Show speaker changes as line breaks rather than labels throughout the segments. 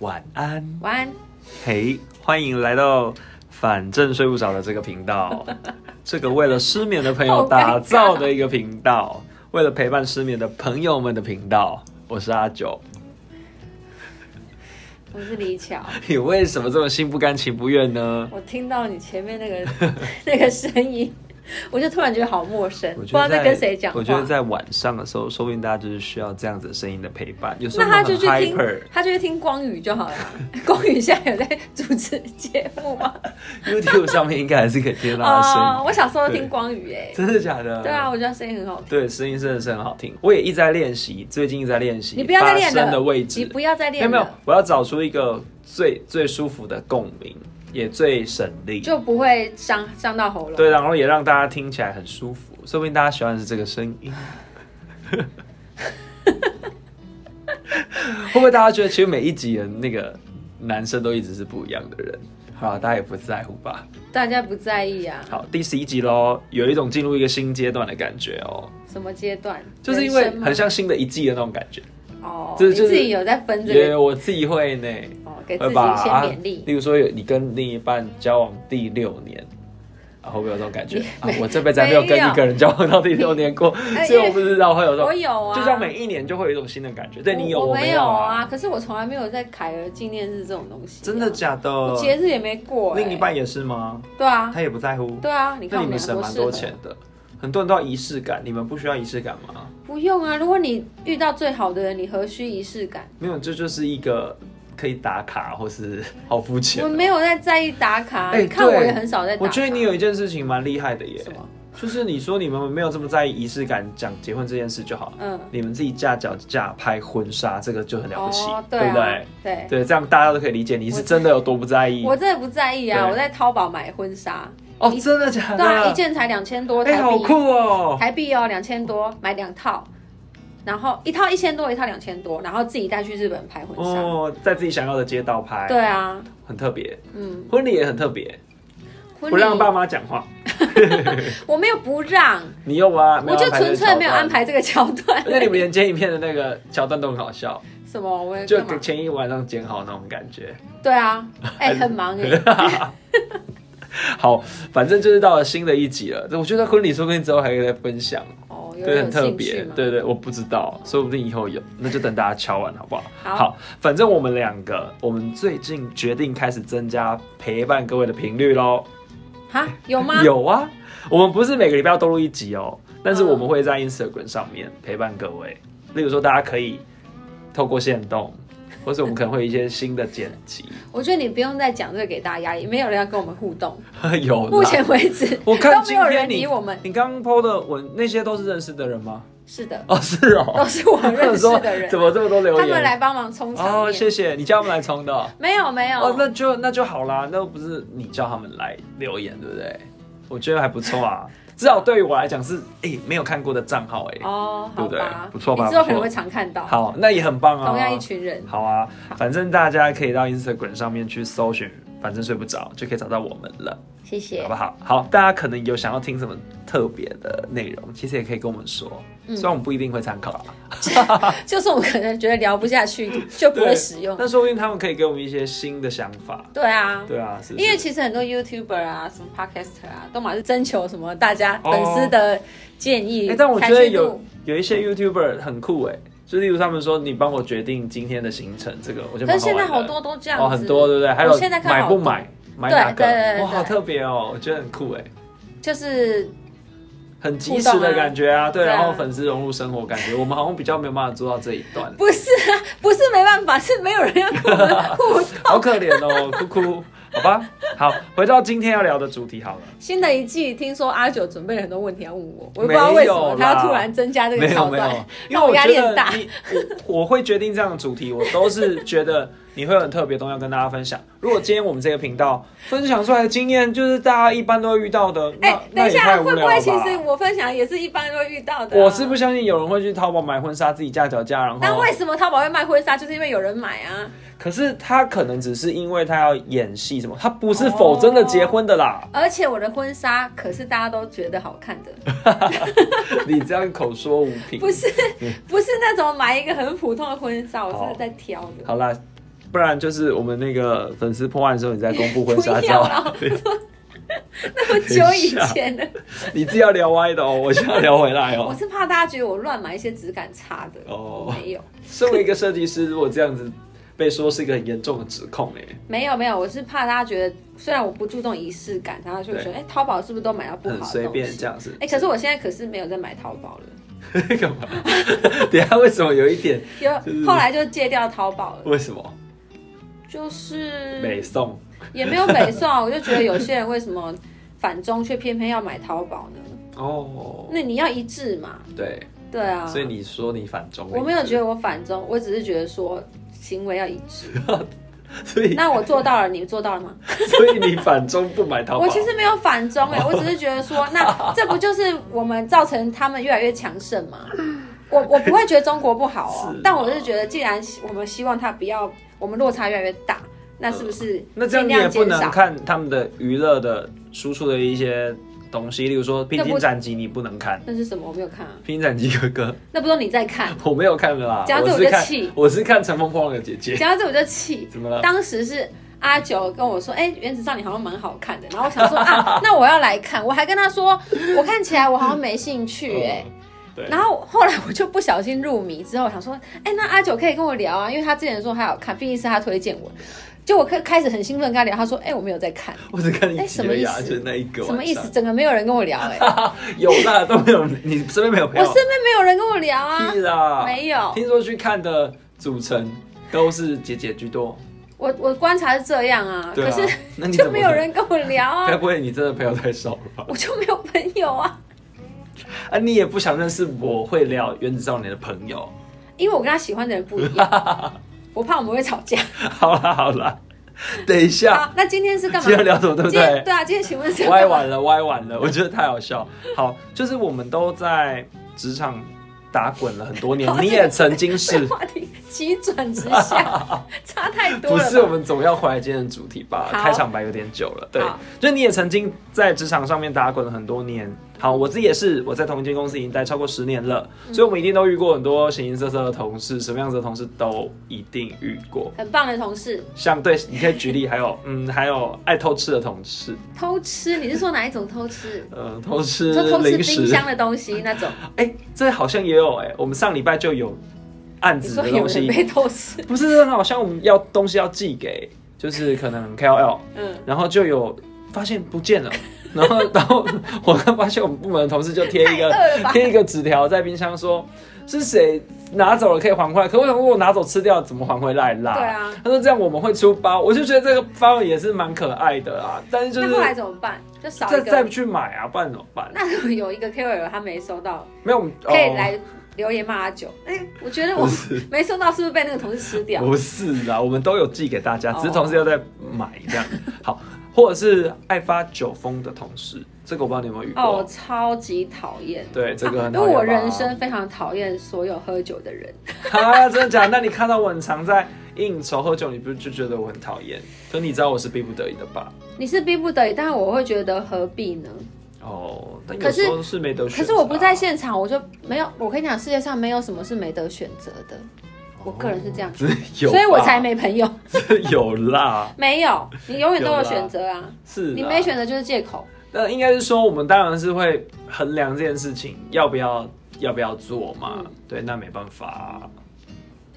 晚安。
晚安。
嘿、欢迎来到反正睡不着的这个频 道，这个为了失眠的朋友打造的一个频道，为了陪伴失眠的朋友们的频道。我是阿九，
我是李巧，
你为什么这么心不甘情不愿呢？
我听到你前面 那个那个声音，我就突然觉得好陌生，不
我
知
觉得
道在跟谁讲话。
我觉得在晚上的时候，说不定大家就是需要这样子的声音的陪伴。有时候
那他就去
很
听
hyper，，
他就去听光宇就好了。光宇现在有在主持节目吗？
YouTube 上面应该还是可以听到 他的声音。
哦，我小时候
对
听光宇哎、
真的假的？
对啊，我觉得他声音很好听。
对，声音真的是很好听。我也一直在练习，最近一直在练习
你不要再练
发声
了，
的位置，
你不要再
没有
练
没有
了，，
我要找出一个最最舒服的共鸣，也最省力，
就不会伤伤到喉咙。
对，然后也让大家听起来很舒服。说不定大家喜欢的是这个声音。 会不会大家觉得其实每一集的那个男生都一直是不一样的人？好啦，大家也不在乎吧。
大家不在意啊。
好，第十一集喽，有一种进入一个新阶段的感觉哦、
什么阶段？
就是因为
人生吗
很像新的一季的那种感觉。
哦，
就
你
是就是
自己有在分这
也
个
我自己会呢，
哦，给自
会
己一些
把啊
勉励。
例如说有你跟另一半交往第六年。啊，会不会有这种感觉？ 啊、我这辈子还没有跟
没有
一个人交往到第六年过，
哎
所以我不知道会有这
我
种。
有啊，
就像每一年就会有一种新的感觉，对你有，
我
我
没
有
有
啊。
啊，可是我从来没有在凯儿纪念日这种东西啊、
真的假
我
的？
节日也没过、欸。
另一半也是吗？
对啊，
他也不在乎。
对啊，你
那
看我
你们
俩
省
多
蛮
适合
多钱的，很多人都要仪式感，你们不需要仪式感吗？
不用啊，如果你遇到最好的人，你何须仪式感？
没有，这就是一个可以打卡或是好肤浅
我。没有在在意打卡，啊
哎
你看我
对
也很少在打卡。
我觉得你有一件事情蛮厉害的耶
什，么？
就是你说你们没有这么在意仪式感，讲结婚这件事就好了。
嗯，
你们自己架脚架拍婚纱，这个就很了不起，
哦、
对
啊，
不对？
对
对，这样大家都可以理解你是真的有多不在意
我真的不在意啊，
对
我在淘宝买婚纱，
哦，
一
真的假
对啊，一
的？
件才两千多台
哎、
币，
好酷哦！
台币哦，两千多买两套，然后一套一千多，一套两千多，然后自己带去日本拍婚纱。
哦，在自己想要的街道拍，
对啊，
很特别。
嗯，
婚礼也很特别，
婚
不让爸
礼
妈讲话，
我没有不让，
你又啊，没
我
有
就
安排这
纯
个
粹没有
桥段
安。排这个桥段。
而且你们连剪影片的那个桥段都很好笑，
什么？我
就
干嘛？
前一晚上剪好那种感觉。
对啊，哎，很 忙哎。
好，反正就是到了新的一集了。我觉得婚礼说不定之后还可以再分享，
哦，有
对，
人
很
有
特
兴趣
别
吗。？
对对，我不知道，说不定以后有，那就等大家敲完好不好？
好
反正我们两个，我们最近决定开始增加陪伴各位的频率喽。
哈，有吗？。
有啊，我们不是每个礼拜要都录一集哦，但是
嗯
我们会在 Instagram 上面陪伴各位。例如说，大家可以透过线动，或是我们可能会有一些新的剪辑。
我觉得你不用再讲这个给大家压力，没有人要跟我们互动。
有啦，
目前为止，
我看
都没
今
有
天
人
你
理我们。
你刚刚 PO 的文，那些都是认识的人吗？
是的，
哦，是
都
哦，
是 我认识 的
怎
人，
么这么多留言？
他们来帮忙充场
哦，
面。
谢谢你叫他们来冲的哦。
没有没有，
哦，那就那就好啦，那不是你叫他们来留言，对不对？我觉得还不错啊， 至少对于我来讲是，哎、没有看过的账号、哎、
哦，
对
好
不对
吧，
不错吧
你之后
不错
可能会常看到，
好，那也很棒啊。
同样一群人。
好啊，反正大家可以到 Instagram 上面去搜寻，反正睡不着就可以找到我们了，
谢谢
好不。好？好，大家可能有想要听什么特别的内容，其实也可以跟我们说，
嗯
虽然我们不一定会参考啊，
就是我可能觉得聊不下去，就不会使用。
但说不定他们可以给我们一些新的想法。
对啊，
对啊，是不是
因为其实很多 YouTuber 啊，什么 Podcaster 啊，都嘛是征求什么大家
哦
粉丝的建议，
哎、但我觉
才
得
去
有
录。
有一些 YouTuber 很酷哎、就例如他们说你帮我决定今天的行程，这个我觉得
可
蛮
是
好玩
现
的。
在好多都这样子，
哦，很多对不对？还
我
有
现在看
买
好
不
多
买，买
对
哪
对对
个？
对
哇，好
对
特别哦，我觉得很酷哎、
就是
很及时的感觉啊，对，
对啊
然后粉丝融入生活感觉，我们好像比较没有办法做到这一段，
不是啊， 不是没办法，是没有人要跟我们互 动。
好可怜哦，哭哭，好吧，好，回到今天要聊的主题好了，
新的一季听说阿九准备了很多问题要问我，我也不知道为什么
没有啦
他要突然增加这个
没有
桥
没
段
有，，因为
让我
我
压
觉
力很大
得。你我我会决定这样的主题，我都是觉得你会有很特别的东西要跟大家分享。如果今天我们这个频道分享出来的经验，就是大家一般都会遇到的，那、
哎、等
那
一
也太
下，
无
会不
聊
会
了
其实
吧。
我分享也是一般会遇到的、啊
我是不。相信有人会去淘宝买婚纱自己架脚架，然后
但哦为什么淘宝会卖婚纱，就是因为有人买啊。
可是他可能只是因为他要演戏什么，他不是否真的
哦
结婚的啦。
而且我的婚纱可是大家都觉得好看的，
你这样口说无凭。
不是不是那种买一个很普通的婚纱，我
好
是在挑的。
好啦，不然就是我们那个粉丝破案的时候，你再公布婚纱
不要
照
啦，那么久以前的，
你自己要聊歪的哦，我现在聊回来
我
哦。
是怕大家觉得我乱买一些质感差的。
哦
没有，
身为一个设计师，如果这样子被说是一个很严重的指控哎、
没有，没有，我是怕大家觉得，虽然我不注重仪式感，然后就会说，哎、淘宝是不是都买到不好
很
的东西？哎
随便这样子。
哎、可是我现在可是没有在买淘宝了，
干嘛？ 等一下为什么有一点？就是
有后来就戒掉淘宝了，
为什么
就是
美颂？
也没有北 宋啊，我就觉得有些人为什么反中却偏偏要买淘宝呢？
哦，
那你要一致嘛，
对，
对啊，
所以你说你反中，
我没有觉得我反中，我只是觉得说行为要一致。
得，所以
那我做到了，你做到了吗？
所以你反中不买淘宝
我，其实没有反中 哎、我只是觉得说，那这不就是我们造成他们越来越强盛吗？我我不会觉得中国不好 哦、
是啊
但我是觉得，既然我们希望它不要，我们落差越来越大，那是不是
呃那这样
尽
你也
量
不
减
能
少？
看他们的娱乐的输出的一些东西，例如说《披
那
荆
不
斩棘》，你不能看《
那是什么？我没有看啊，
披荆斩棘》哥哥，
那不都你在 看？
我没有看的啦，
讲到这
我
我
是
就
看
气
我是看《乘风破浪的姐姐》，
讲到这我就气，
怎么了？
当时是阿九跟我说：“哎、原子少年好像蛮好看的。”然后我 想说啊，那我要来看。我还跟他说，我看起来我好像没兴趣哎、
嗯对
然后后来我就不小心入迷，之后我想说，哎、那阿九可以跟我聊啊，因为他之前说他有看，毕竟是他推荐我。就我开开始很兴奋跟他聊，他说：“哎、我没有在看，
我只看一
哎
集
什么
而已
意
啊，
思
就是那一个晚上
什么意思？？整个没有人跟我聊、哎，
有啦，都没有，你身 边没有朋友？
我身边没有人跟我聊 啊
屁，啦，
没有。
听说去看的组成都是姐姐居多，
我我观察是这样啊，
对
可
啊
是
那你怎
就
么
没有人跟我 聊
该
啊，
不会你真的朋友太少了吧？
我就没有朋友啊。”
啊，你也不想认识我会聊原子少年的朋友？
因为我跟他喜欢的人不一样，我怕我们会吵架。
好啦好啦，等一下，
好，那今天是啊干嘛？
啊今天聊什么对不
今天
对？
对啊，今天请问是要
歪
干嘛
完了，歪完了，我觉得太好笑。好，就是我们都在职场打滚了很多年
好，
你也曾经是，
话题急转直 下，差太多
不
了吧。
是？我们总要回来今天的主题吧？
好
开场白有点久了，对
好，
就你也曾经在职场上面打滚了很多年。好，我自己也是，我在同一间公司已经待超过十年了，
嗯
所以我们一定都遇过很多形形色色的同事，什么样子的同事都一定遇过。
很棒的同事，
像对，你可以举例，还 有嗯，还有爱偷吃的同事，
偷吃，你是说哪一种偷吃？
呃，偷吃
说偷吃
零
冰
食，
箱的东西那种，
哎、这好像也有哎、我们上礼拜就有案
你
子
说
的
有
东
人被
西，
偷吃？
不是很好像我们要东西要寄给，就是可能 KOL，
嗯，
然后就有发现不见了， 然后然后我刚发现我们部门的同事就贴一
嗯太
个
饿了吧
贴一个纸条在冰箱说是谁拿走了可以还回来，可我想问我拿走吃掉怎么还回来啦？
对啊
他说这样我们会出包，我就觉得这个包也是蛮可爱的啊，但是就
那
是
后来怎么办？就少
再
一
再
个。
去买啊，不然怎么办？
那如果有一个 KOL 他没收到，
没有，我们
可以
哦
来留言骂阿九。哎，我觉得我
不是
没收到，是不是被那个同事吃掉？
不是啦，我们都有寄给大家，
哦
只是同事要在买这样。好，或者是爱发酒疯的同事，这个我不知道你有没有遇过。
哦，我超级讨厌。
对，这个
啊
很
因为
讨厌
我
吧
人生非常讨厌所有喝酒的人，
啊，真的假的？那你看到我很常在应酬喝酒，你不是就觉得我很讨厌？可你知道我是逼不得已的吧？
你是逼不得已，但是我会觉得何必呢？
哦，但有
可是
时候是没得选、啊
可是我不在，现场，我就没有。我跟你讲，世界上没有什么是没得选择的，我个人是这样，
只哦有吧，
所以我才没朋友。
有啦，
没有，你永远都
有啦
有选择啊，
是啦
你没。选择就是借口。
那应该是说，我们当然是会衡量这件事情要不要要不要做嘛。
嗯
对，那没办法啊、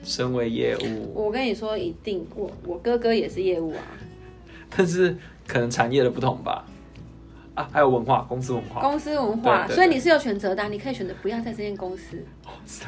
身为业务，
我跟你说，一定，我我哥哥也是业务啊，
但是可能产业的不同吧。啊，还有文化，公司文化。
公司文
哦
化，
对对对
所以你是有选择的啊、你可以选择不要在这间公司。
哇塞，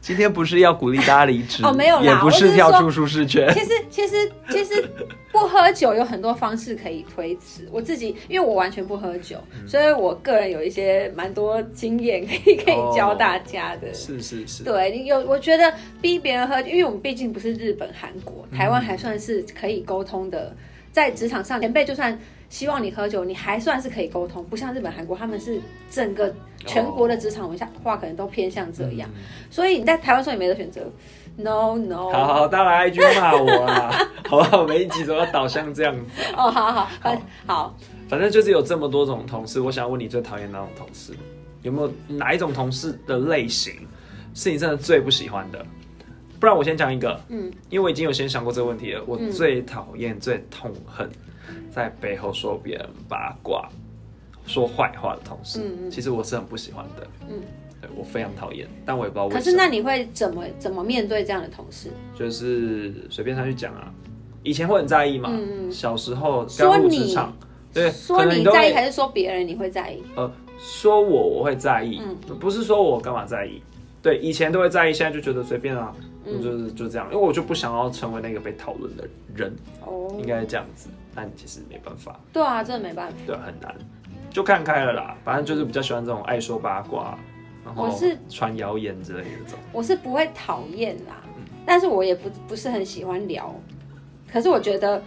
今天不是要鼓励大家离职
哦没有啦
也不
我只
是
是
跳
说
出舒适圈。
其实其实其实不喝酒有很多方式可以推辞。我自己因为我完全不喝酒，
嗯
所以我个人有一些蛮多经验可以可以教大家的。
哦是是是，
对你有，我觉得逼别人喝，因为我们毕竟不是日本、韩国、
嗯
台湾，还算是可以沟通的。在职场上，前辈就算希望你喝酒，你还算是可以沟通，不像日本、韩国，他们是整个全国的
哦
职场文化可能都偏向这样。所以你在台湾说你没得选择，no no。
好好，大家来 IG 骂我啦，好不好？每一集都要导向这样子。
哦，好好好好，
反正就是有这么多种同事，我想要问你最讨厌哪种同事？有没有哪一种同事的类型是你真的最不喜欢的？不然我先讲一个，
嗯，
因为我已经有先想过这个问题了。我
嗯
最讨厌、最痛恨在背后说别人八卦、说坏话的同事，
嗯嗯
其实我是很不喜欢的。
嗯，
对我非常讨厌，但我也不知道
可
为
是
什么，
那你会怎么怎么面对这样的同事？
就是随便上去讲啊。以前会很在意嘛，
嗯嗯
小时候刚入
说你
职场，对，
说
可能
你
都
在
会
意还是说别人你会在意？
呃，说我我会在意，
嗯
不是说我干嘛在意。对，以前都会在意，现在就觉得随便啊，
嗯
就是就这样，因为我就不想要成为那个被讨论的人，
哦，
应该是这样子。但其实没办法，
对啊，真的没办法。
对，很难，就看开了啦。反正就是比较喜欢这种爱说八卦，然
我
后
是
传谣言之类的这种。
我是不会讨厌啦，但是我也不不是很喜欢聊。可是我觉得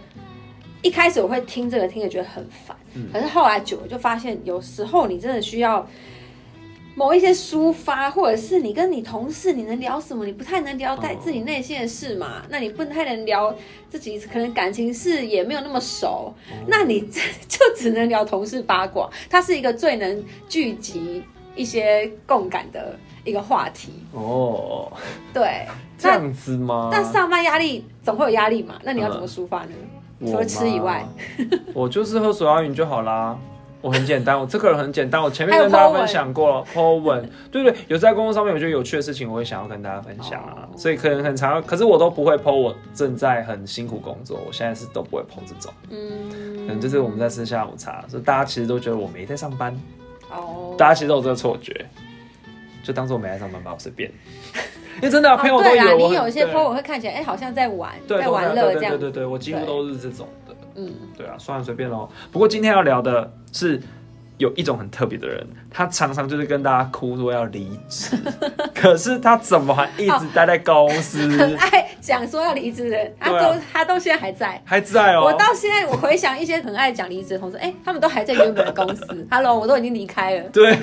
一开始我会听这个，听着觉得很烦，可是后来久了就发现，有时候你真的需要某一些抒发，或者是你跟你同事你能聊什么，你不太能聊在
哦
自己内心的事嘛，那你不太能聊自己可能感情事也没有那么熟，那你 就只能聊同事八卦，它是一个最能聚集一些共感的一个话题。
哦，
对，
这样嗯子吗？
但上班压力总会有压力嘛，那你要怎么抒发呢？除了吃以外，
我就是喝手摇饮就好啦。我很简单，我这个人很简单。我前面
还有
跟大家
po 文
分享过 po 文，对对，有在工作上面我觉得有趣的事情，我会想要跟大家分享啊。
哦
所以可能很常，可是我都不会 po 我正在很辛苦工作，我现在是都不会 po 这种。可能
嗯，
就是我们在吃下午茶，所以大家其实都觉得我没在上班，
哦，
大家其实都有这个错觉，就当做我没在上班吧，我随便。 因为真的啊、
哦
朋友都
对
以
啦，
为我
你
很
有一些
对
PO 我会看起来，哎，好像在玩，
对
在
都
玩
会啊
乐
对
这
对
样
对，对对，我几乎都是这种的。
嗯，
对啊，算了，随便咯。不过今天要聊的是有一种很特别的人，他常常就是跟大家哭说要离 职，可是他怎么还一直待在公
很
司？
爱讲说要离职的人，他
对啊
都他都现在还在。
还在哦、
我到现在，我回想一些很爱讲离职的同事，哎、他们都还在原本的公司。Hello，我都已经离开了，
对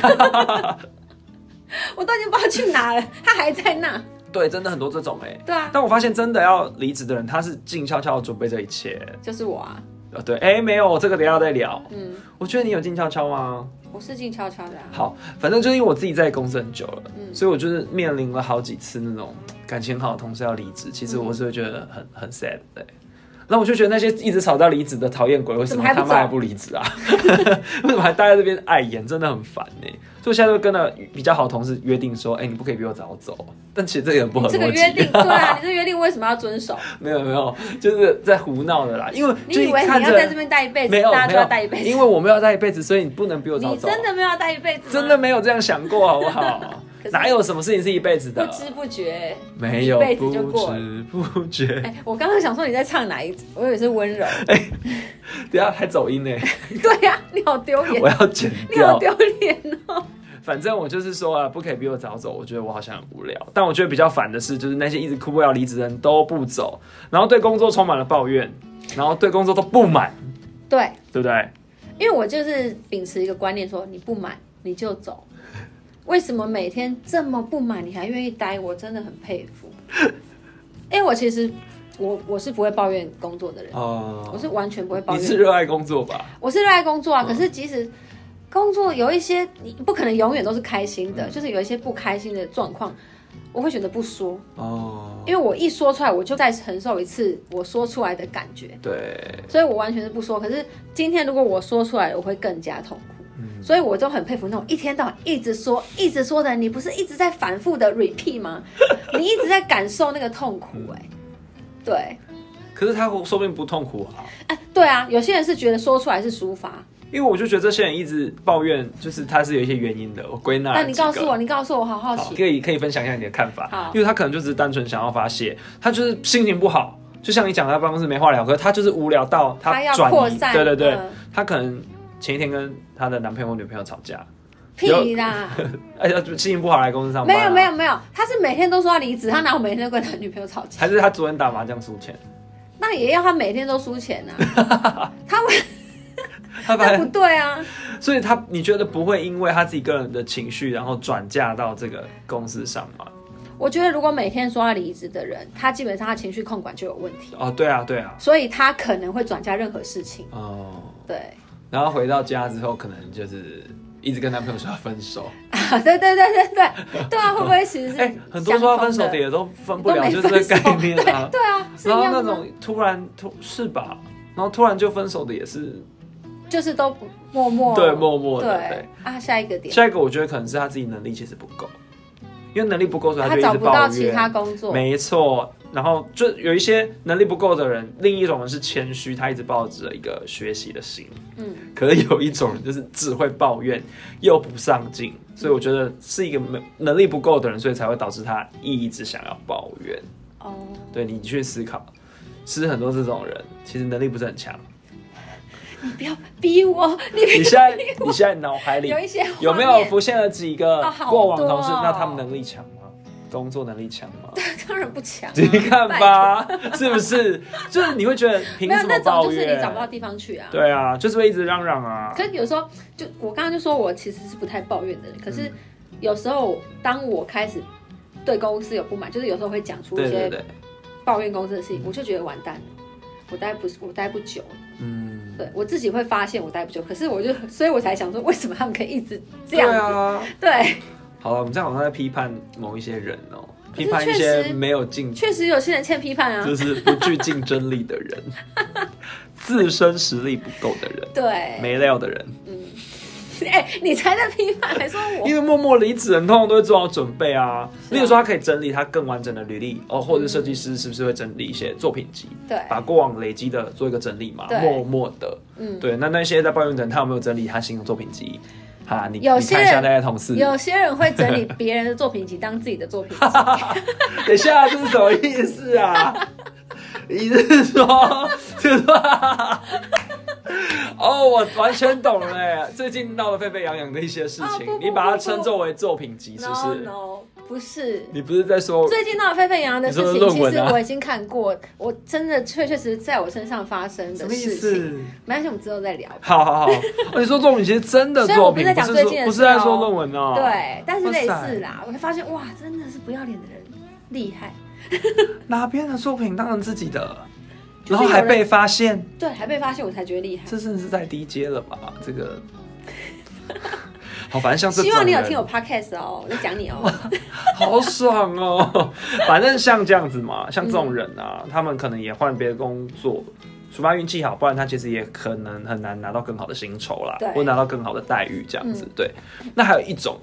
我都已经不知道去哪了，他还在那。
对，真的很多这种哎、
对啊，
但我发现真的要离职的人，他是静悄悄的准备这一切。
就是我啊，
呃，对，哎、没有，这个等一下再聊。
嗯，
我觉得你有静悄悄吗？
我是静悄悄的、啊。
好，反正就是因为我自己在公司很久了，
嗯
所以我就是面临了好几次那种感情好的同事要离职，其实
嗯
我是会觉得很很 sad 的欸、那我就觉得那些一直吵到离职的讨厌鬼，为什么他
怎么还不
妈
走
还不离职 啊？为什么还待在这边碍眼？真的很烦呢、所以我现在就跟那比较好的同事约定说，哎、你不可以比我早走。但其实这也很不合
这个
逻
约
辑，
定，对啊，你这约定为什么要遵守？
没有没有，就是在胡闹的啦。因为
你
就
以
一
为
看
你要
着
在这边待一辈子
没，有
大家
没
就要待一辈
有，
子？
因为我没有待一辈子，所以你不能比我早
你
走。啊
真的没有要待一辈子吗？
真的没有这样想过，好不好
可？是
哪有什么事情是一辈子
不
的？
知不觉，
没有
一辈
不
子就过了。
知不 觉，
哎、我刚刚想说你在唱哪一，我以为是温柔。
哎等一下还走 音呢，
对呀、你好丢脸
我，要剪
你好
掉。
丢脸哦。
反正我就是说啊，不可以比我早走。我觉得我好像很无聊，但我觉得比较烦的是，就是那些一直哭要离职的人都不走，然后对工作充满了抱怨，然后对工作都不满，
对，
对不对？
因为我就是秉持一个观念说，你不满你就走。为什么每天这么不满，你还愿意待？我真的很佩 服。因为我其实我我是不会抱怨工作的人，我
哦，
是完全不会抱
你
怨。
是热爱工作吧？
我是热爱工作
嗯
啊，可是即使工作有一些你不可能永远都是开心
嗯
的，就是有一些不开心的状况，我会选择不说，
哦，
因为我一说出来，我就再承受一次我说出来的感觉，
对，
所以我完全是不说。可是今天如果我说出来，我会更加痛苦。
嗯
所以我就很佩服那种一天到晚一直说、一直说的人，你不是一直在反复的 repeat 吗？你一直在感受那个痛苦、
嗯
哎，对，
可是他说不定不痛苦啊。
哎、对啊，有些人是觉得说出来是抒发，
因为我就觉得这些人一直抱怨，就是他是有一些原因的。我归纳了
那你
几个
告诉我，你告诉我，我好好
好，
奇。
可以可以分享一下你的看法
好，
因为他可能就只是单纯想要发泄，他就是心情不好，就像你讲，他办公室没话聊，可是他就是无聊到
他要
转
扩
移，
散，
对对对，
嗯
他可能前一天跟他的男朋友或女朋友吵架，
屁啦，
哎呀，就心情不好来公司上班、啊
没有没有，没有，他是每天都说要离职，他哪有每天都跟他女朋友吵架？
还是他昨天打麻将输 钱，
那也要他每天都输钱啊？ 他为
他
那
把
不对啊，
所以他你觉得不会因为他自己个人的情绪，然后转嫁到这个公司上吗？
我觉得如果每天说要离职的人，他基本上他情绪控管就有问题，
哦，对啊对啊，
所以他可能会转嫁任何事情。
哦。
对，
然后回到家之后，可能就是一直跟男朋友说要分手。
啊，对对对对对，对啊，会不会其实是
哎、很多说要分手
相
的
同
也都分不
都
了，
没
就
分
是这
手，
个概念啊。
对对啊，是 一
然后
样
那
的吗
种突然突是吧？然后突然就分手的也是
就是都不默默
对默默的
对啊，下一个点，
下一个我觉得可能是他自己能力其实不够，因为能力不够，所以
他
就一
找
直
不
抱
到
怨。
其他工作，
没错，然后就有一些能力不够的人，另一种人是谦虚，他一直抱着一个学习的心。
嗯，
可是有一种人就是只会抱怨又不上进，所以我觉得是一个没能力不够的人，所以才会导致他一直想要抱怨。
哦，
对你去思考，是很多这种人其实能力不是很强。
你不要逼我，你
你现在你现在脑海里
有一些画面
有没有浮现了几个
哦好
过往同事？
多哦
那他们能力强吗？工作能力强 吗？
当然不强啊，
你看吧，是不是？就是你会觉得凭
没有
什么
那种
抱
就是你
怨
找？不到地方去啊。
对啊，就是会一直嚷嚷啊
可。是有时候就我刚刚就说我其实是不太抱怨的人，可
嗯
是有时候当我开始对公司有不满，就是有时候会讲出
对
一
对嗯
些
对，
抱怨公司的事情，我就觉得完蛋了，我待不我待不久了，
嗯，
对我自己会发现我待不久，可是我就所以我才想说，为什么他们可以一直这
对
样子？
啊。
对，
好了，我们这样好像在批判某一些人哦、
可是
批判一
确
些
实
没有竞，
确实有些人欠批判啊，
就是不具竞争力的 人，自身实力不够的人，
对，
没料的人，
嗯， 哎、你才在批判，还说 我
因为默默离职，很通常都会做好准备啊。例如说，他可以整理他更完整的履历哦，或者是设计师是不是会整理一些作品集，
嗯对，
把过往累积的做一个整理嘛，
对
默默的。
嗯，
对，那那些在抱怨的人，他有没有整理他新的作品集？哈，你你
有
看一
些
下
人
那些同事，
有些人会整理别人的作品集当自己的作品集，
等一下，这是什么意思啊？ 你是说， 就是说，哦，我完全懂了耶。最近闹得沸沸扬扬的一些事
啊
情，
不不
你把它
不不
称作为作品集， 是不
no
是
no，不是。
你不是在说
最近闹得沸沸扬扬的事
你说
情，
的论
其
文
实
啊
我已经看过，我真的确确实实在我身上发生
什
的
么意
事情。
思？
没关系，我们之后再聊。
好好好，哦你说作品集是真的
虽然我
作
不是
品，
在
不
讲
是
最近
说
的
不是在
事
说
哦
论文哦。，
对，但是类
哇塞
似啦，我就发现哇，真的是不要脸的人厉害，
哪边的作品当成自己的，
就
然
是
后还
有人
被发现，
对，还被发现我才觉得厉害。
这真的是在低阶了吧？这个，好，反正像这
希望你有
种人
听我 podcast 哦，我在讲你哦。
好爽哦！反正像这样子嘛，像这种人啊，他们可能也换别的工作，除非他运气好，不然他其实也可能很难拿到更好的薪酬啦
对，嗯
或拿到更好的待遇这样子。对，那还有一种，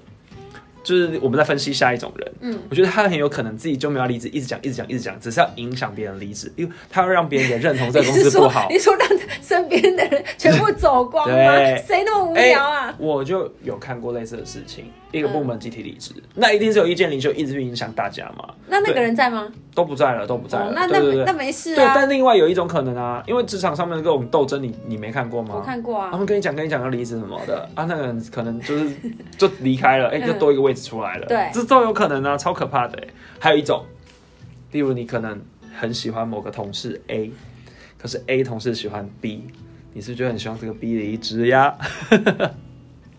就是我们在分析下一种人。
嗯，
我觉得他很有可能自己就没有要离职，一直讲，一直讲，一直讲，只是要影响别人离职，因为他要让别人也认同这
你
个公
是
司不
说
好 哎
你。说让身边的人全部走光 吗
对？哎
谁那么无聊啊？嗯
我就有看过类似的事情，一个部门集体离职，那一定是有意见领袖一直去影响大家嘛。
那那
对
个人在吗？
都不在了，都不在了。
哦，那
对
那
对对
那没事
对，
啊，
但另外有一种可能啊，因为职场上面的各种斗争你，你没看过吗？哦
我看过
他
啊。
们跟你讲，跟你讲要离职什么的啊，那个人可能就是 就离开了，哎、就多一个位置出来了，
嗯对
这都有可能啊，超可怕的、哎还有一种，例如你可能很喜欢某个同事 A，可是 A 同事喜欢 B，你是不是就很希望这个 B 离职 呀？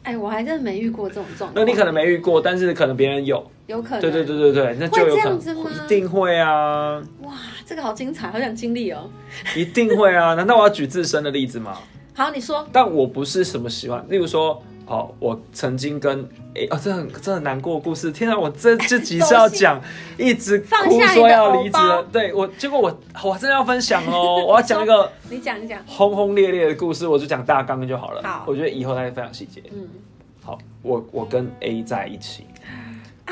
哎，我还真的没遇过这种状况。
那你可能没遇过，但是可能别人有，
有可能
对对对对对，那就有
会这
可
样
能
子吗
一定会啊，
哇，这个好精彩，好想经历哦。
一定会啊，难道我要举自身的例子吗？
好，你说
但我不是什么喜欢，例如说，哦，我曾经跟诶，哦，这很这很难过的故事。天啊，我这这集是要 讲，一直
放
哭
下你
说
的
要
偶
离职
包
了，对我，结果我我真的要分享哦，我要讲一个
你讲，你讲。
轰轰烈烈的故事，我就讲大纲就好了。
好
我觉得以后再分享细节。
嗯，
好，我我跟 A 在一起，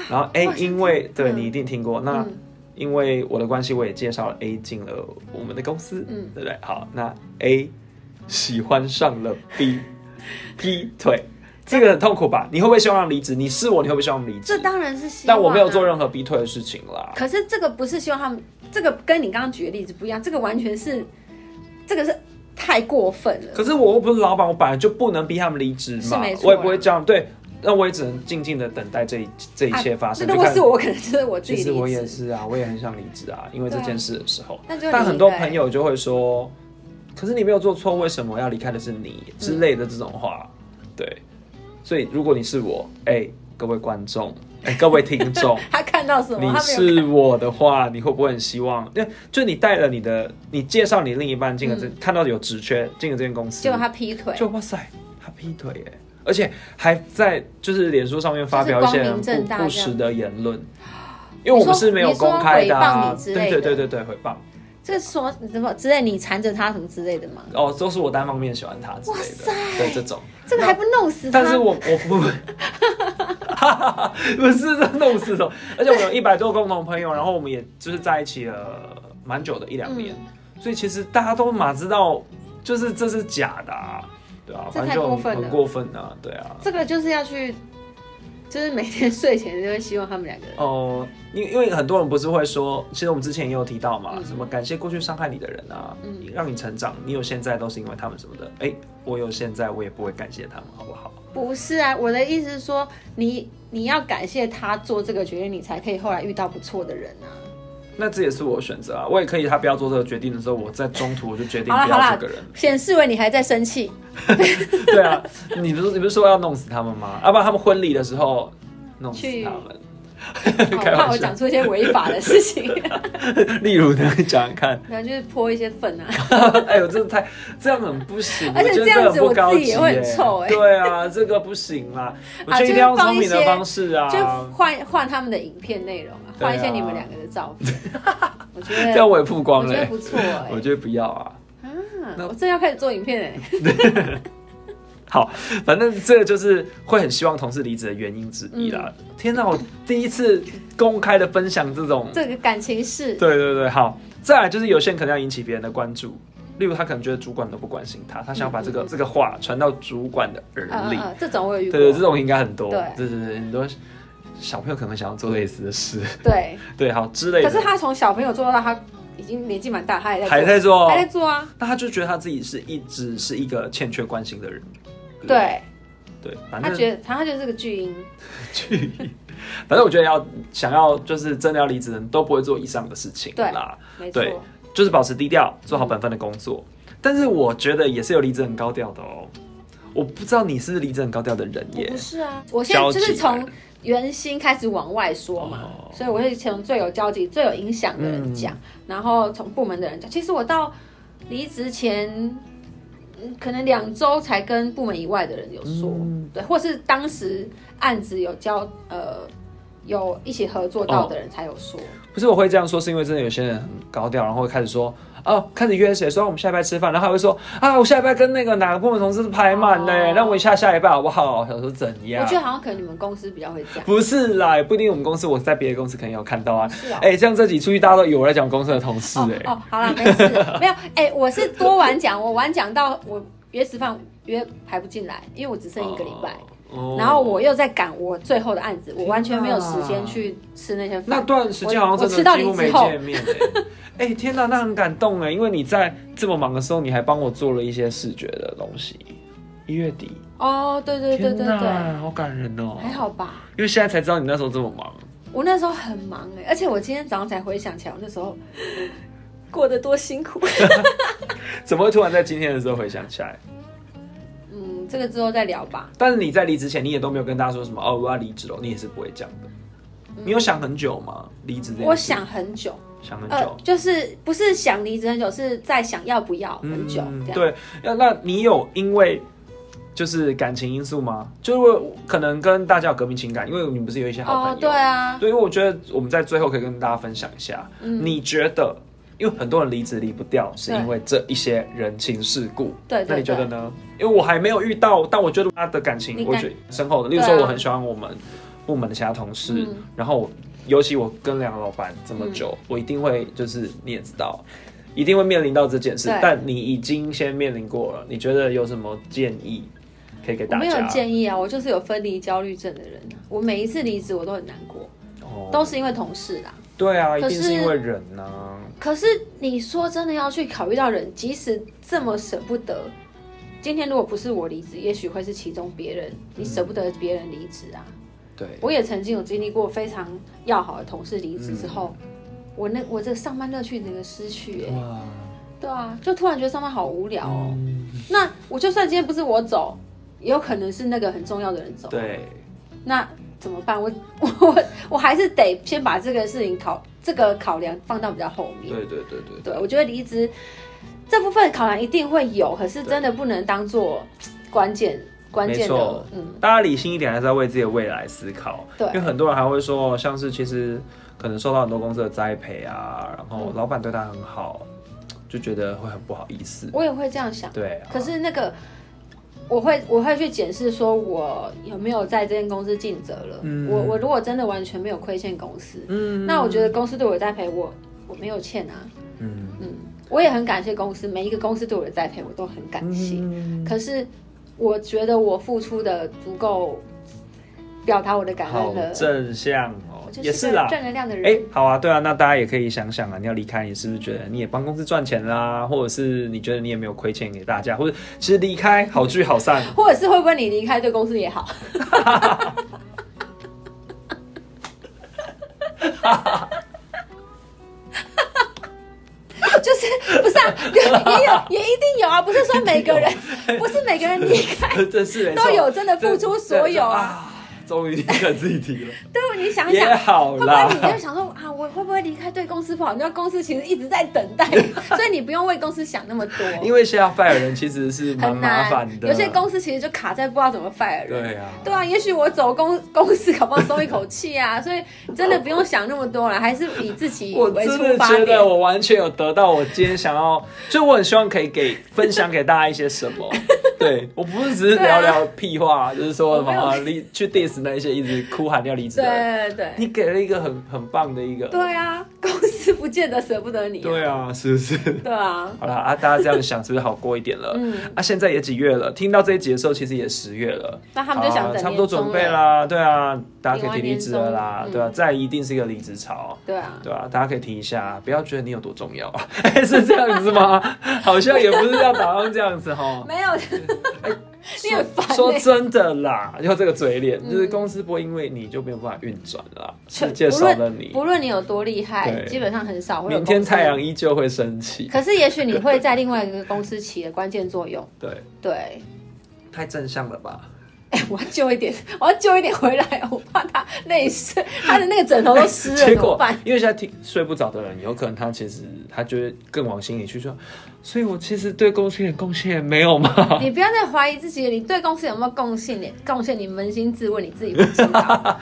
然后 A
啊我好像
因为对
嗯
你一定听过，那
嗯
因为我的关系，我也介绍了 A 进了我们的公司，
嗯
对不对？好，那 A 喜欢上了 B，劈腿，这个很痛苦吧？你会不会希望他离职？你是我，你会不会希望他离
这
职？
当然是希望、啊
但我没有做。任何逼退的事情啦。
可是这个不是希望他们，这个跟你刚刚举的例子不一样，这个完全是，这个是太过分了。
可是我又不是老板，我本来就不能逼他们离职
是
嘛
没，错
我也不会这样。对，那我也只能静静的等待这一这一
啊
切发生。
那如
就
果
看
是我，可能就是我自
其
己
实我也
离职。啊
是啊，我也很想离职啊，因为这件事的时候。
那就离
但很多
开
朋友就会说，可是你没有做错，为什么要离开的是你
嗯
之类的这种话。对，所以如果你是我，哎、各位观众，哎、各位听
。
众
他看到什么？
你
他没有
是我的话，你会不会很希望？因为就你带了你的，你介绍
嗯
你另一半进了这，看到有职缺进了这间公司，
结果他劈腿，
就哇塞，他劈腿耶！而且还在就是脸书上面发表一些
就是光
很
明
不
正大这样
不实的言论，因为我们是没有公开的、啊，
你说
对
你说诽谤你之类的
对对对对，诽谤
这说什么之类，你缠着他什么之类的吗？
哦，都是我单方面喜欢他之类的，对这种。
这个还不弄死他？
但是我我不不，不是这弄死的，而且我们有一百多个共同朋友，然后我们也就是在一起了蛮久的，一两年，
嗯
所以其实大家都马知道，就是这是假的、啊，对啊，
这
反
太
正就
过分
很
了
很过分啊，对啊。
这个就是要去，就是每天睡前就会希望他们两个人。
哦、因因为很多人不是会说，其实我们之前也有提到嘛，
嗯
什么感谢过去伤害你的人啊，
嗯
让你成长，你有现在都是因为他们什么的。哎、我有现在，我也不会感谢他们，好不好？
不是啊，我的意思是说，你你要感谢他做这个决定，你才可以后来遇到不错的人啊。
那这也是我的选择啊，我也可以他不要做这个决定的时候，我在中途我就决定
好啦
不
好
要
啦
这个人。
显示为你还在生气，
对啊，你不是你不是说要弄死他们吗？啊要、不然他们婚礼的时候弄死
去
他们，
好
开
怕我
玩笑
讲。出一些违法的事 情，
例如呢，你讲讲看，
然后就是泼一些粪啊。
哎呦，真的太这样很不行，
而且
我觉得
这样子
很不高
我自己
级
也会
耶
很臭哎啊
对啊，这个不行 啦，我觉
就
得
是
一定要
放
聪
一
明的
些
方式啊，
就换换他们的影片内容啊，
对啊
换一些你们两个的照 片。我觉
这样
得
我也曝
我
光
觉
了、欸
得不错哎、
我觉得不要啊。
啊
那
我正要开始做影片 哎、
好，反正这就是会很希望同事离职的原因之一
嗯
啦。天哪，我第一次公开的分享这种，
这个感情是
对对对，好。再来就是有些人可能要引起别人的关注，例如他可能觉得主管都不关心他，他想把这个、这个话传到主管的耳
嗯
里。
嗯嗯，这种我有遇
对对，
过，
这种应该很多，
对
对对对，很多小朋友可能想要做类似的事，
对。
对，好之类
可
的
是，他从小朋友做到他已经年纪蛮大，他还在
还
做
在做
还，在做啊，
那他就觉得他自己是一直是一个欠缺关心的人，不
对
对，反
他
正
觉得他他就是个巨婴，
去。反正我觉得要想要就是真的要离职的人都不会做以上的事情啦，
没错，
对就是保持低调，做好本分的工作。但是我觉得也是有离职很高调的哦，我不知道你是不是离职很高调的人
我
耶
不。是啊，我现在就是从原心开始往外说嘛，
哦嗯
所以我会从最有交集、最有影响的人讲，然后从部门的人讲。其实我到离职前，嗯可能两周才跟部门以外的人有说，
嗯
对，或是当时案子有交呃。有一起合作到的人才有说，
不是我会这样说，是因为真的有些人很高调，然后会开始说哦，开始约谁说啊我们下礼拜吃饭，然后还会说啊，我下礼拜跟那个哪个部门同事排满嘞，
哦
让我一下下礼拜好不好？想说怎
我
样
觉？得好像可能你们公司比较会这 样。
不是啦，也不一定我们公司，我在别的公司可能有看到啊。
是啊，
哎、这样这集出去大家都有我在讲公司的同事哎、
哦哦，好啦，没事，没有。哎、我是多晚讲，我晚讲到我约吃饭约排不进来，因为我只剩一个礼拜，
哦。
然后我又在赶我最后的案子，我
天
完全没有时
哪
间去吃那些
那
饭。
段时间好像真的几乎没见面、欸。哎、 天哪，那很感动哎，因为你在这么忙的时候，你还帮我做了一些视觉的东西。一月底，
哦，对对对
天
对对，
哪，好感人哦、
还，好吧。
因为现在才知道你那时候这么忙。
我那时候很忙哎、而且我今天早上才回想起来，我那时候过得多辛 苦。
怎么会突然在今天的时候回想起来？
嗯，这个之后再聊吧。
但是你在离职前，你也都没有跟大家说什么哦，我要离职了，你也是不会讲的。你有想很久吗？离职这件事
我想很久，
想很
呃
久，，
就是不是想离职很久，是在想要不要很久、这样。
嗯对，那那你有因为就是感情因素吗？就是可能跟大家有革命情感，因为你们不是有一些好朋友。
哦，对啊，
对，因为我觉得我们在最后可以跟大家分享一下，
嗯
你觉得，因为很多人离职离不掉，是
对
因为这一些人情世故。
对对
那你觉
对
得呢？因为我还没有遇到，但我觉得他的感
你
情，
感
我觉得深厚的。例如
对啊
说，我很喜欢我们部门的其他同事，
嗯
然后我尤其我跟两个老板这么久，我一定会就是你也知道。一定会面临到这件事
对，
但你已经先面临过了，你觉得有什么建议可以给
我
大
没
家？
有建议啊，我就是有分离焦虑症的人、啊，我每一次离职我都很难过，
哦
都是因为同事啦。
对啊，一
可
定
是
是因为人啊呐、
可是你说真的要去考虑到人，即使这么舍不得，今天如果不是我离职，也许会是其中别人，你舍不
嗯
得别人离职啊。
对，
我也曾经有经历过非常要好的同事离职
嗯
之后，我那我这个上班乐趣整个失去、欸，
哇，
对啊，就突然觉得上班好无聊哦。
嗯
那我就算今天不是我走，也有可能是那个很重要的人走。
对，
那怎么办？我我我我还是得先把这个事情考这个考量放到比较后面。
对对对对
对，我觉得离职这部分考量一定会有，可是真的不能当做关键关键
没错
的，嗯，
大家理性一点，还是要为自己的未来思考。
对
因为很多人还会说，像是其实可能受到很多公司的栽培啊，然
嗯
后老板对他很好，就觉得会很不好意思。
我也会这样想。
对、啊，
可是那个，我会我会去检视，说我有没有在这间公司尽责了。
嗯
我我如果真的完全没有亏欠公司，
嗯
那我觉得公司对我的栽培，我我没有欠啊。
嗯
嗯，我也很感谢公司，每一个公司对我的栽培，我都很感谢。
嗯
可是我觉得我付出的足够表达我的感
好
恩了。
正向哦
我，就
也
是
是
个
啦。
正能量的
哎、
人。
好啊，对啊，那大家也可以想想啊，你要离开，你是不是觉得你也帮公司赚钱啦，或者是你觉得你也没有亏欠给大家，或者其实离开好聚好散，
或者是会不会你离开对公司 也好？就是不是啊？也有也一定有啊，不是说每个人，不是每个人离开
真是没错
都有真的付出所有 啊。
这这这啊终于理解自己提了，
对，你想
也
想，
好
会不会
啦
你。就想说啊，我会不会离开对公司不好？你知道公司其实一直在等 待你，所以你不用为公司想那么多，
因为现在 fire 人其实是蛮
很
麻
难
烦。的，
有些公司其实就卡在不知道怎么 fire 人。
对啊，
对啊，也许我走公公司，搞不好松一口气啊。所以你真的不用想那么多了，还是以自己
我
为
真
出
的
发
觉
点
得。我完全有得到我今天想要，就我很希望可以给分享给大家一些什 么。对我不是只是聊聊屁话，就是说什么啊离去 diss 那一些一直哭喊要离职的人，
对对对
你给了一个很很棒的一个，
对啊，公司不见得舍不得你、
对啊，是 不是？
对啊，
好啦，啊，大家这样想是不是好过一点了？
嗯
啊，现在也几月了？听到这一集的时候，其实也十月了。
那他们就想
啊
等、
差不多准备。啦，对啊，大家可以提离职了
领完
啦
年，终嗯
对啊，再一定是一个离职潮。
对啊，
对啊，大家可以提一下，不要觉得你有多重要， 是这样子吗？ 好像也不是要打算这样子 哈。
没有， 你很烦欸
哎说真的啦，就这个嘴脸，
嗯
就是公司不会因为你就没有办法运转啦，世界
不
少了
论
你，
不论你有多厉害，
对
基本上很少会有
明天
公司
太阳。依旧会升起。
可是也许你会在另外一个公司起的关键作用。
对，
对，
太正向了吧？
哎、我要救一点，我要救一点回来，我怕他累死，他的那个枕头都湿 了，
结
怎么
果
办？
因为现在听睡不着的人，有可能他其实他就会更往心里去说，所以我其实对公司一点贡献也没有 嘛。
你不要再怀疑自己，你对公司有没有贡献？你贡献，你扪心自问，你自己不知 道。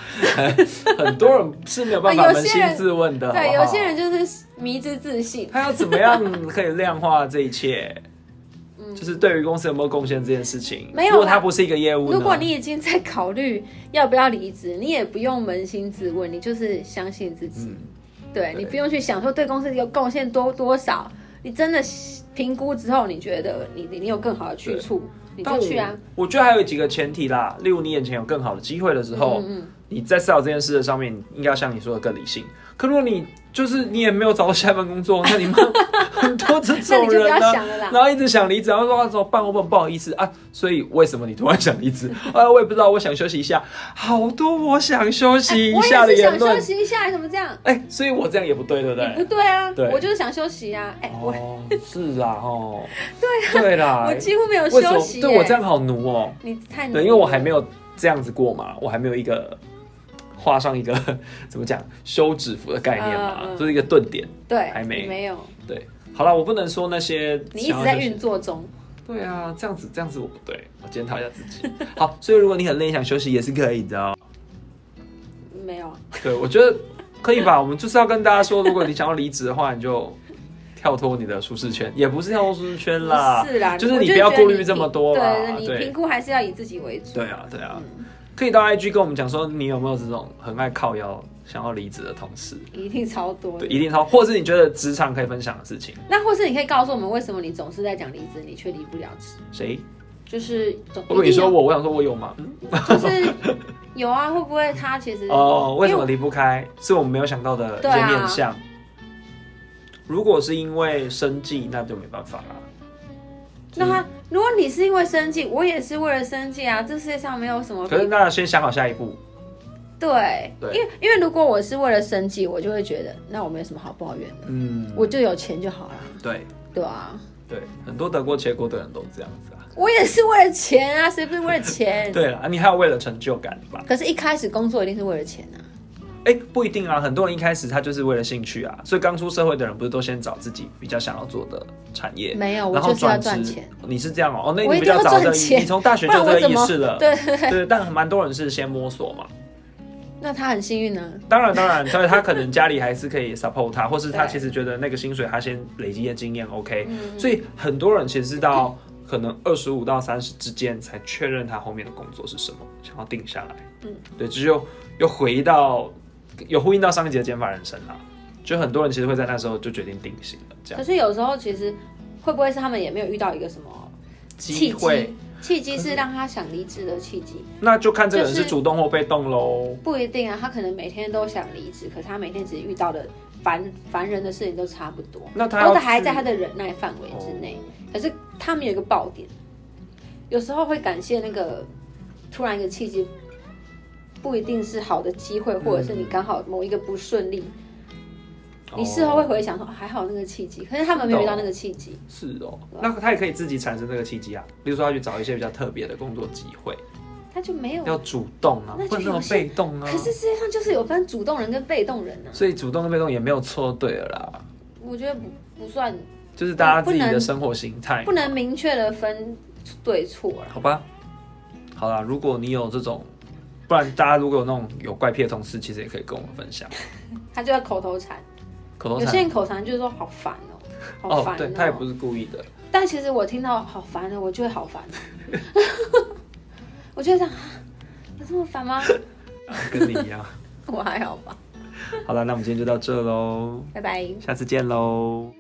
很多人是没有办法
啊有
扪
些人
心自问的，
对，
好不哎好
有些人就是迷之自信。
他要怎么样可以量化这一 切？就是对于公司有没有贡献这件事情，
嗯没有
如果
啦
他不是一个业务呢，
如果你已经在考虑要不要离职，你也不用扪心自问，你就是相信自己。
嗯
对
对
你不用去想说对公司有贡献多多少，你真的评估之后，你觉得你你你有更好的去处，你
但
就
我
去啊。
我觉得还有几个前提啦，例如你眼前有更好的机会的时候，
嗯嗯，
你在思考这件事的上面，你应该要像你说的更理性。可如果你就是你也没有找到下一份工 作，那你们 很多这
那你
种
就不
人
要
呢、
想了啦。
然后一直想离职，然后说啊怎么办？我很不好意思啊，所以为什么你突然想离 职？啊，我也不知道，我想休息一下。好多我想休息一
哎我
下的
也是
言
想休
论，
息一下，怎么这样？
哎、所以我这样也不对，对不对？
不 对啊，
对
我就是想休息啊。哎、我
哦，是啦， 哦，对对啦，
啊我几乎没有
为什
休
么
息、耶
对我这样好奴哦、
你太努
对，
力
因为我还
了
没有这样子过嘛，我还没有一个画上一个 怎么讲休止符的概念嘛，
嗯嗯
就是一个顿点。
对，
还没
你没有，
对，好了，我不能说那些
你一直
想要
在
休息
运。作中。
对啊，这样子这样子我不对，我检讨一下自己。好，所以如果你很累想休息也是可以的哦。
没有，
对，我觉得可以吧。我们就是要跟大家说，如果你想要离职的话，你就跳脱你的舒适圈，也不是跳脱舒适圈啦，
不是啦，
就是
我
你
觉
不要
得
顾虑
你
这么
评
多啦
对，你
对
评估还是要以自己为主。
对啊，对啊，
嗯
可以到 IG 跟我们讲说你有没有这种很爱靠腰、想要离职的同事，
一定超多
对，
的。
一定超，或是你觉得职场可以分享的事情，
那或是你可以告诉我们，为什么你总是在讲离职，你却离不了职？
谁？
就是总
我跟你
一定嗯
说
有
我，我想说我有吗？
就是有啊，会不会他其实
哦，为什么
因
离不开？是我们没有想到的一
对
些
啊
面向。如果是因为生计，那就没办法啦。
那他如果你是因为生计，我也是为了生计啊，这世界上没有什么
可是那先想好下一步，
对，
对
因为因为如果我是为了生计，我就会觉得那我没有什么好抱怨的，
嗯，
我就有钱就好了，
对
对啊。
对，很多得过且过的人都这样子啊。
我也是为了钱啊，谁不是为了钱？
对了，你还有为了成就感吧？
可是，一开始工作一定是为了钱啊。
哎、不一定啊，很多人一开始他就是为了兴趣啊，所以刚出社会的人不是都先找自己比较想要做的产业，
没嗯有，我
然后
就是要
转
赚
职
钱，。
你是这样哦、哦，那
我
你
一
比
定
较
要
早
赚
的，
钱
你从大学
不然
就
我
这个
怎
意
么
识了，
对，
对，但蛮多人是先摸索嘛。
那他很幸运呢、
当然，当然，所以他可能家里还是可以 support 他，或是他
对
其实觉得那个薪水他先累积的经验 OK，、
嗯
所以很多人其实是到可能二十五到三十之间才确认他后面的工作是什么，想要定下来。
嗯，
对，这就又回到有呼应到上一集的减法人生啦，就很多人其实会在那时候就决定定型了，这样
可是有时候其实会不会是他们也没有遇到一个什么
机会，
契机是让他想离职的契机，
那就看这个人
就是是
主动或被动喽。
不一定啊。他可能每天都想离职，可是他每天只遇到的烦烦人的事情都差不多，
那他
都
要哦
是哦还
去
在他的忍耐范围之内。可是他们有一个爆点，有时候会感谢那个突然一个契机，不一定是好的机会，或者是你刚好某一个不顺利，你事后会
哦
回想说、啊还好那个契机，可是他们没有遇到那个契机。
是哦，
啊
那他也可以自己产生这个契机啊，例如说他去找一些比较特别的工作机会，
他就没有。
要主动啊
那，就
不能那么
有些
被动啊
可。是世界上就是有分主动人跟被动人呢、啊，
所以主动跟被动也没有错对了啦，
我觉得不不算，
就是大家自己
啊不
的
能
生活形态
不。能明确的分对错了。
好吧，好啦，如果你有这种，不然大家如果有那种有怪癖的同事，其实也可以跟我们分享。
他就要口头禅，
口头
有些
禅，
人口头禅就是说好烦哦、好
哦
烦、，
对
哦。
他也不是故意的，
但其实我听到好烦哦，我就会好 烦，我就会想，啊有这么烦吗？
啊跟你一样。
我还好吧，
好了，那我们今天就到这喽，
拜拜。
下次见喽。